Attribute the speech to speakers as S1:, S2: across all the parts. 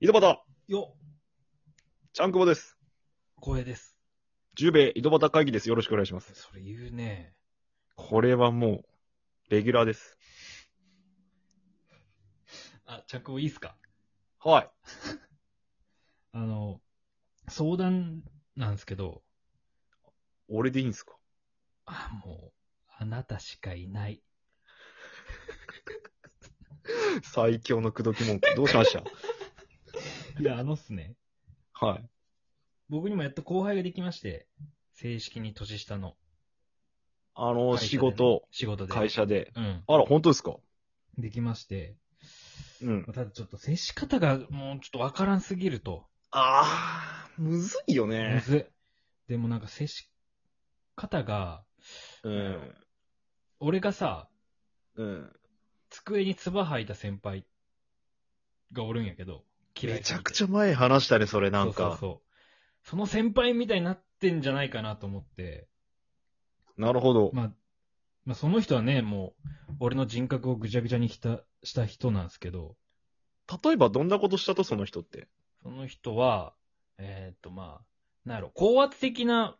S1: 井戸端、
S2: よ、
S1: ちゃんくぼです。
S2: 光栄です。
S1: 十兵衛井戸端会議です。よろしくお願いします。
S2: それ言うね。
S1: これはもう、レギュラーです。
S2: あ、着をいいっすか
S1: はい。
S2: あの、相談なんですけど、
S1: 俺でいいんですか
S2: あ、もう、あなたしかいない。
S1: 最強の口説き文句。どうしました
S2: いや、あのっすね。
S1: はい。
S2: 僕にもやっと後輩ができまして、正式に年下の。
S1: あの、
S2: 会社でね
S1: 仕事、
S2: 仕事で。
S1: 会社で。
S2: うん。
S1: あら、本当ですか
S2: できまして。
S1: うん。
S2: ただちょっと接し方がもうちょっとわからんすぎると。
S1: あー、むずいよ
S2: む。ずい。でもなんか接し方が、
S1: うん。
S2: 俺がさ、
S1: うん。
S2: 机に唾吐いた先輩がおるんやけど、
S1: めちゃくち
S2: ゃ
S1: ゃ前話したね、それなんか。
S2: そうそうそう。その先輩みたいになってんじゃないかなと思って、
S1: なるほど。
S2: まあ、まあその人はね、もう、俺の人格をぐちゃぐちゃにしたした人なんですけど、
S1: 例えばどんなことしたと、その人って。
S2: その人は、えーっとまあ、なんやろ、高圧的な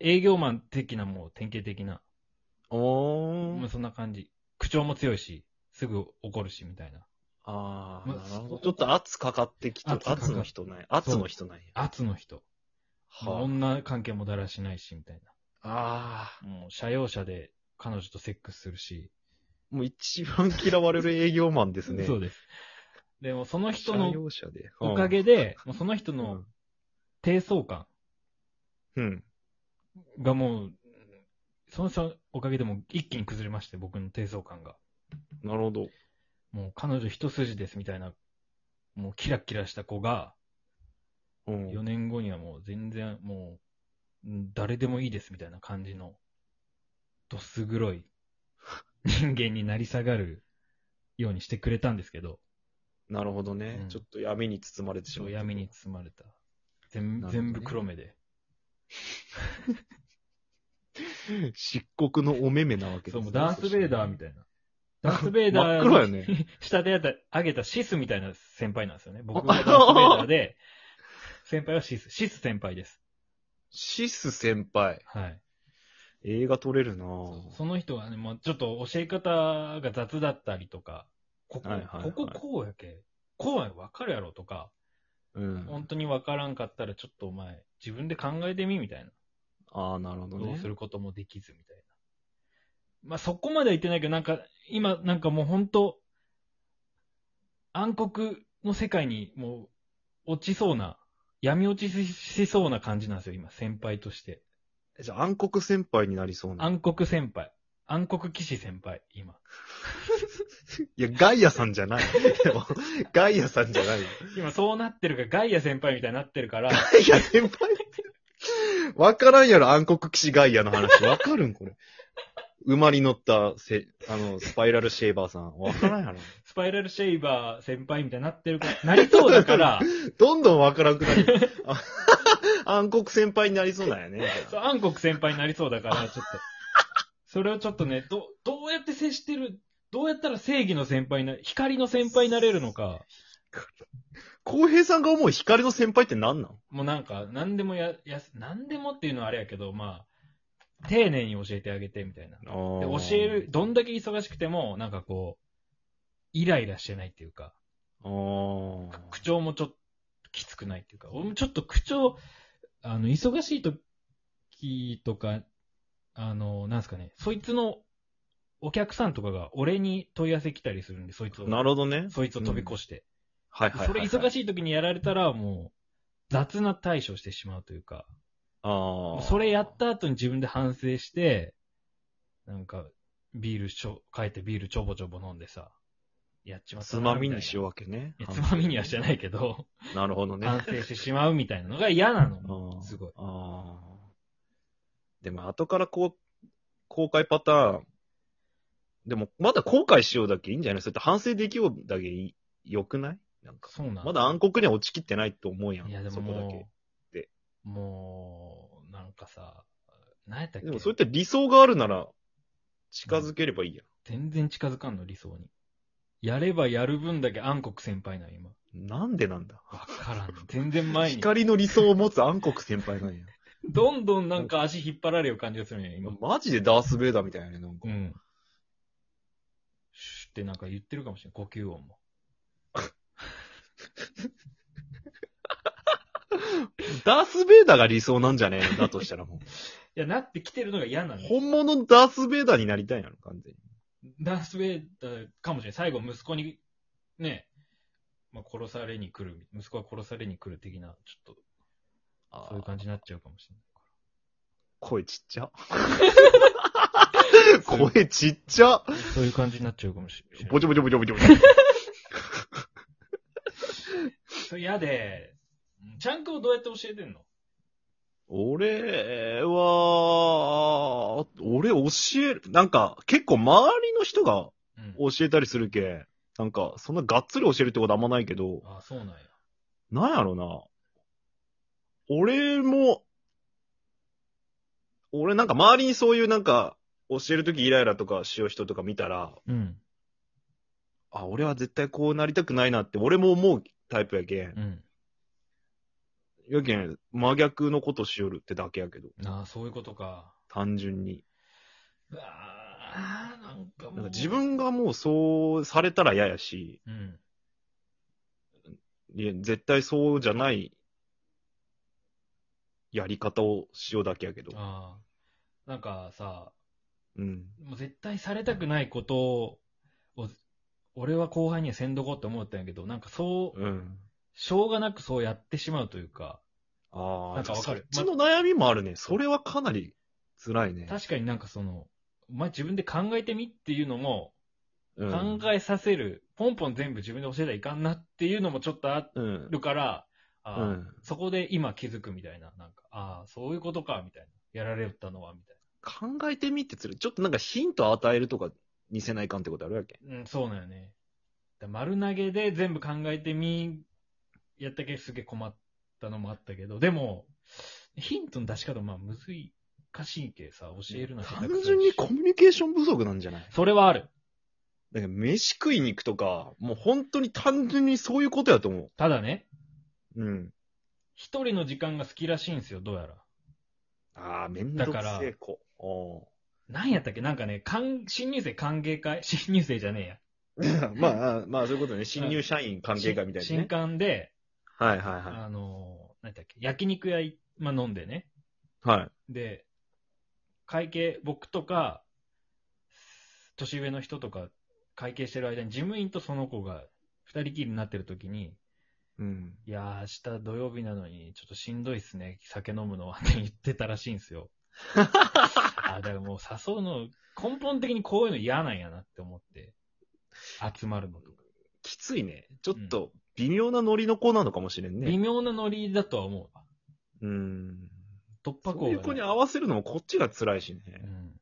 S2: 営業マン的なもう典型的な、
S1: お
S2: まあそんな感じ。口調も強いし、すぐ怒るしみたいな。
S1: あー、
S2: まあ
S1: なるほど。ちょっと圧かかってきて、
S2: 圧かか
S1: 圧の人ない。圧の人ない。
S2: 圧の人。
S1: あ
S2: 女関係もだらしないしみたいな。
S1: あ
S2: もう、社用車で彼女とセックスするし。
S1: あ、もう一番嫌われる営業マンですね。
S2: そうです。でも、その人の
S1: 社用車で。
S2: おかげで、もうその人の低層感
S1: うん。うん。
S2: がもう、その人のおかげでもう一気に崩れまして、僕の低層感が。
S1: なるほど。
S2: もう彼女一筋ですみたいな、もうキラキラした子が、
S1: うん。
S2: 4年後にはもう全然もう、うん誰でもいいですみたいな感じの、どす黒い人間になり下がるようにしてくれたんですけど、
S1: なるほどね、
S2: うん
S1: ちょっと闇に包まれてしま。
S2: そうう闇に。包まれた。全
S1: なるほどね
S2: 全部黒目で。
S1: 漆黒のお目目なわけです
S2: そ
S1: ね、
S2: う、もうダース・ベイダーみ
S1: たい
S2: たいな。ダース・ベイダー
S1: 真っ黒やね
S2: 下でやった上げたシスみたいな先輩なんですよね。僕
S1: あ
S2: がダース・ベイダーで、先輩はシス。シス先輩です。
S1: シス先輩。
S2: はい。
S1: 映画撮れるなぁ
S2: その人はね、まあちょっと教え方が雑だったりとか、ここ、
S1: はいはいはい
S2: こここうやけ。こうやわかるやろとか、
S1: うん
S2: 本。当にわからんかったらちょっとお前、自分で考えてみみたいな。
S1: ああ、なるほどね。
S2: どうすることもできずみたいな。まあ、そこまでは言ってないけど、なんか、今、なんかもう本当、暗黒の世界にもう落ちそうな、闇落ちししそうな感じなんですよ、今、先輩として。
S1: じゃあ暗黒先輩になりそうな。
S2: 暗黒先輩。暗黒騎士先輩、今。
S1: いや、ガイアさんじ ゃない。でもガイアさんじゃない。
S2: 今そうなってるから、ガイア先輩みたいになって るから、
S1: いや、先輩。わからんやろ、暗黒騎士ガイアの話。わかるんこれ。馬に乗ったせ、あの、スパイラルシェーバーさん。わからんやろ。
S2: スパイラルシェイバー先輩みたいになってるから、なりそうだから、
S1: どんどんわからんくな る。あ暗黒先輩になりそうなんやね。
S2: そう、暗黒先輩になりそうだから、ちょっと。それをちょっとね、ど、どうやって接してる、どうやったら正義の先輩にな、光の先輩になれるのか、
S1: 浩平さんが思う光の先輩って何なん
S2: もうなんか、何でもや、やす、何でもっていうのはあれやけど、まあ、丁寧に教えてあげて、みたいな。で、教える、。どんだけ忙しくても、なんかこう、イライラしてないっていうか、
S1: あー
S2: 口調もちょっときつくないっていうか、俺もちょっと口調、あの、忙しい時とか、あの、なんすかね、そいつのお客さんとかが俺に問い合わせ来たりするんで、そいつを、
S1: なるほどね。
S2: そいつを飛び越して。
S1: はいはいはい、
S2: それ忙
S1: い。
S2: しい時にやられたらもう、雑な対処してしまうというか、
S1: ああ。
S2: それやった後に自分で反省して、なんか、ビールしょ、帰ってビールちょぼちょぼ飲んでさ、やっちまった
S1: つ
S2: な
S1: まみに
S2: たいな
S1: しようわけね
S2: いや。つまみにはしてないけど、
S1: なるほどね。
S2: 反省してしまうみたいなのが嫌なの。
S1: あー
S2: すごい。
S1: あーでも、後からこう、公開パターン。でも、まだ後悔しようだけいいんじゃないそれって反省できようだけいい良くないなんか。
S2: そうなん
S1: まだ暗黒には落ちきってないと思うやん。
S2: いや、でも
S1: そこだけ
S2: も。う
S1: で、
S2: もう、なんかさ、何やったっけ
S1: でも、そういった理想があるなら、近づければいいやん。
S2: 全然近づかんの、理想に。やればやる分だけ暗黒先輩なんよ、 今。
S1: なんでなんだ
S2: わからん。全然前に。
S1: 光の理想を持つ暗黒先輩なんや。
S2: どんどんなんか足引っ張られる感じがするんや、今。
S1: マジでダース・ベイダーみたいなね、なんか
S2: う。ん。シュってなんか言ってるかもしれない。呼吸音も。
S1: ダース・ベイダーが理想なんじゃねえのだとした らもう。
S2: いや、なってきてるのが嫌なの。
S1: 本物のダース・ベイダーになりたいなの、完全に。
S2: ダース・ベイダーかもしれない。最後、息子に、ね、まあ、殺されに来る。息子は殺されに来る的な、ちょっと、そういう感じになっちゃうかもしれない。
S1: 声ちっちゃ。声ちっちゃ。
S2: そういう感じになっちゃうかもしれな
S1: ぼ
S2: い。
S1: ちょぼちょぼちょぼちょぼち
S2: それ嫌で、ちゃんくをどうやって教えてんの
S1: ょ。俺は、俺教える、なんか結構周りの人が
S2: うん。
S1: 教えたりするけ、なんかそんながっつり教えるってことあんまないけど、
S2: あ、そうなんや。
S1: なんやろな。俺も、俺なんか周りにそういうなんか教えるときイライラとかしよう人とか見たら、
S2: うん。
S1: あ、俺は絶対こうなりたくないなって俺も思うタイプやけん。
S2: うん。
S1: やけん、真逆のことしよるってだけやけど、
S2: ああ、そういうことか。
S1: 単純に。
S2: うわあ、なんかもう。
S1: なんか自分がもうそうされたら嫌やし、
S2: うん。
S1: いや、絶対そうじゃないやり方をしようだけやけど。
S2: ああ。なんかさ、
S1: うん。
S2: もう絶対されたくないことを、俺は後輩にはせんどこうって思ったんやけど、なんかそう、
S1: うん。
S2: しょうがなくそうやってしまうというか、
S1: ああ、
S2: なんかわかる
S1: そっちの悩みもあるね。それはかなり辛いね。
S2: 確かになんかその、お前自分で考えてみっていうのも、
S1: うん
S2: 考えさせる、ポンポン全部自分で教えたらいかんなっていうのもちょっとあ
S1: うん。
S2: るから、あ
S1: う
S2: ー
S1: ん。
S2: そこで今気づくみたいな、なんか、ああ、そういうことか、みたいな。やられたのは、みたい
S1: 考えてみってつる。ちょっとなんかヒント与えるとか似せないかんってことあるやけん。
S2: な。うん、そうなんよね。だ丸投げで全部考えてみ、やったけすげえ困ったのもあったけど、でも、ヒントの出し方、まあ、むずい、かしいけさ、教えるのは下手
S1: 単
S2: くそだし
S1: 純にコミュニケーション不足なんじゃない
S2: それはある。
S1: だから飯食いに行くとか、もう本当に単純にそういうことやと思
S2: ただね、
S1: う。うん。
S2: 一人の時間が好きらしいんですよ、どうやら。
S1: ああ、めんどく
S2: だか
S1: せえ
S2: ら
S1: 子。お
S2: なんやったっけなんかね、かん新入生歓迎会 新入生じゃねえや。
S1: ー まああー、まあそういうことね。新入社員関係会みたいな
S2: 新新
S1: ね。
S2: 刊で、
S1: はいはいは
S2: あの、何やったっけ焼肉屋い、まあ、飲んでね。
S1: い。はい。
S2: で、会計、僕とか、年上の人とか、会計してる間に、事務員とその子が、二人きりになってる時に、
S1: うん。
S2: いやー、明日土曜日なのに、ちょっとしんどいっすね、 酒飲むのはって言ってたらしいんです よ。あー、だからもう誘うの、根本的にこういうの嫌なんやなって思って、集まるのとか。
S1: きついね。ちょっと微妙なノリの子なのかもしれん
S2: 微
S1: ね。
S2: 妙なノリだとは思うわ。
S1: うん。
S2: 突破口
S1: そういう子に合わせるのもこっちが辛いしね。
S2: うん。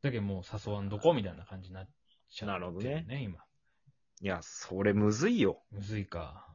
S2: だけどもう誘わんどこみたいな感じになっちゃって
S1: なるほどね
S2: ね、今。
S1: いや、それむずいよ。
S2: むずいか。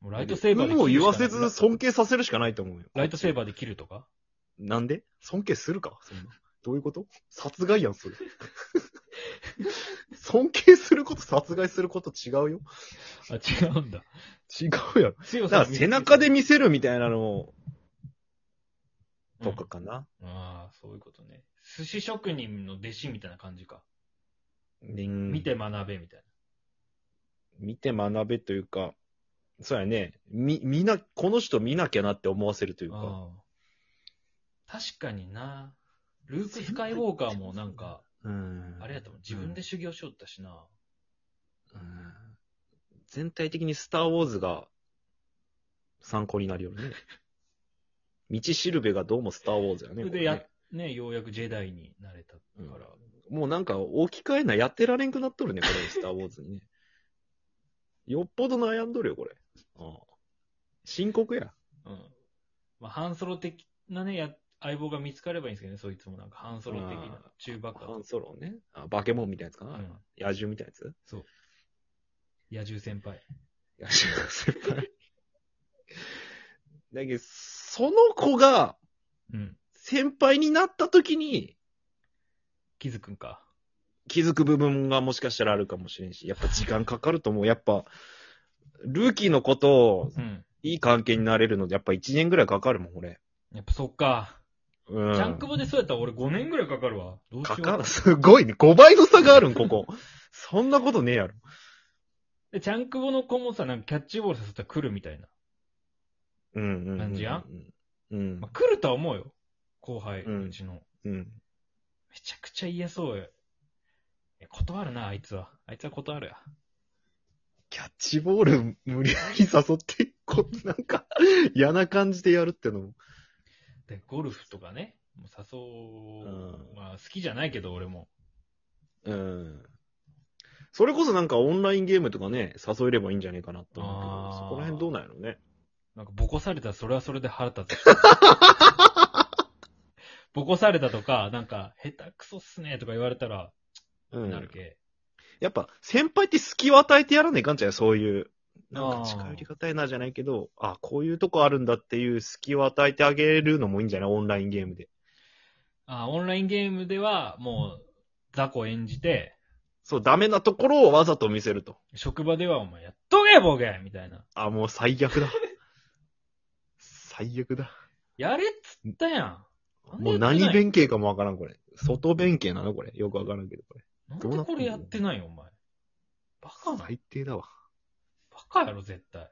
S2: もうライトセーバー
S1: 有無を言わせ
S2: 切る
S1: ず
S2: しかない
S1: 尊敬させるしかないと思うよ。
S2: ライトセー
S1: ー。
S2: バーで切るとか
S1: なんで尊敬するかそんな。どういうこと殺害やん、それ。 尊敬すること、殺害すること違うよ。
S2: あ、違うんだ。
S1: 違うやろ。
S2: 強
S1: だから背中で
S2: 見
S1: 見せるみたいなのとか
S2: うん
S1: かな。
S2: ああ、そういうことね。寿司職人の弟子みたいな感じか。
S1: うん
S2: 見。て学べみたい
S1: 見て学べというか、そうやね。み、みな、この人見なきゃなって思わせるという
S2: な。
S1: か。
S2: ああ確かにな。ルーク・スカイウォーカーもなんか、
S1: うん
S2: あれやと思う。自分で修行しよったしな。
S1: うん全体的にスター・ウォーズが参考になる よね。道しるべがどうもスター・ウォーズや
S2: そ
S1: ね。
S2: れ
S1: これ
S2: で
S1: ね
S2: や、ね、ようやくジェダイになれたか
S1: うん
S2: ら。
S1: もうなんか置き換えない、やってられんくなっとるね、こ れ、スター・ウォーズにね。よっぽど悩んどるよ、これ。ああ深刻や。
S2: うん。まあ、半ソロ的なね、や、相棒が見つかればいいんですけどね、そいつもなんか半ソロ的な
S1: あ、
S2: 中バカ。
S1: ハンソロね。あバケモンみたいなやつかな。
S2: うん
S1: 野獣みたいなやつ
S2: そう。野獣先輩。
S1: 野獣先輩。 だけど、その子が
S2: うん。
S1: 先輩になった時に、
S2: 気づくんか。
S1: 気づく部分がもしかしたらあるかもしれんし、やっぱ時間かかると思う。やっぱ、ルーキーのことを
S2: うん。
S1: いい関係になれるので、やっぱ1年ぐらいかかるもん、俺。
S2: やっぱそっか。
S1: う
S2: ジ
S1: ん。
S2: ャンクボでそうやったら俺5年ぐらいかかるわ。どうしよ
S1: か
S2: う。
S1: かる。すごいね。5倍の差があるん、ここ。そんなことねえやろ。
S2: で、チャンクボの子もさ、なんかキャッチボールさせたら来るみたいな。
S1: うんうん。
S2: 感じや
S1: うん。うん
S2: まあ、来るとは思うよ。後輩、
S1: うん
S2: うちの。め
S1: うん。
S2: ちゃくちゃ嫌そうよ。いや断るな、あいつは。あいつは断るや。
S1: キャッチボール無理やり誘って、こうなんか、嫌な感じでやるってのも。
S2: で、ゴルフとかね、もう誘う、
S1: うん
S2: まあ好きじゃないけど俺も。
S1: うん。それこそなんかオンラインゲームとかね、誘えればいいんじゃねえかなと思うけ
S2: あー
S1: ど、そこら辺どうなんやろうね。
S2: なんかボコされたらそれはそれで腹立つ。 ボコされたとか、なんか、下手くそっすねとか言われたら、
S1: う
S2: なる
S1: ん。
S2: け。
S1: やっぱ、先輩って隙を与えてやらないかんちゃうよそういう。なん
S2: あー
S1: か近寄りがたいなじゃないけど、あこういうとこあるんだっていう隙を与えてあげるのもいいんじゃないオンラインゲームで。
S2: あオンラインゲームでは、もう、雑魚演じて、
S1: そう、ダメなところをわざと見せると。
S2: 職場ではお前やっとけボケみたいな。
S1: あ、もう最悪 だ。最悪だ。
S2: やれっつったやん。なん
S1: も
S2: で
S1: う
S2: やってない
S1: 何弁慶かもわからん、これ。外弁慶なのこれ。よくわからんけど、これ。
S2: なん
S1: どう
S2: で
S1: なって
S2: こ
S1: んの
S2: れやってないよ、お前。バカな。
S1: 最低だわ。
S2: バカやろ、絶対。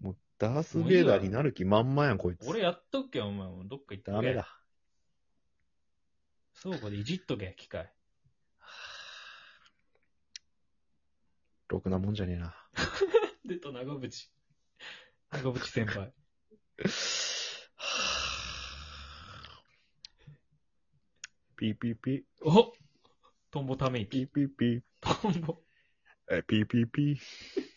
S1: もう、ダース・ベイダーになる気満々やん、こいつ。
S2: 俺やっとくけ、お前もうどっか行っとけ。
S1: ダメ。だ。
S2: 倉庫でいじっとけ、機械。
S1: ろくなもんじゃねえな。
S2: でと、長渕。長渕 先輩。
S1: ピーピーピー、
S2: おトンボため
S1: ピ
S2: 息。
S1: ーピーピー、
S2: トンボ。
S1: えピーピーピー。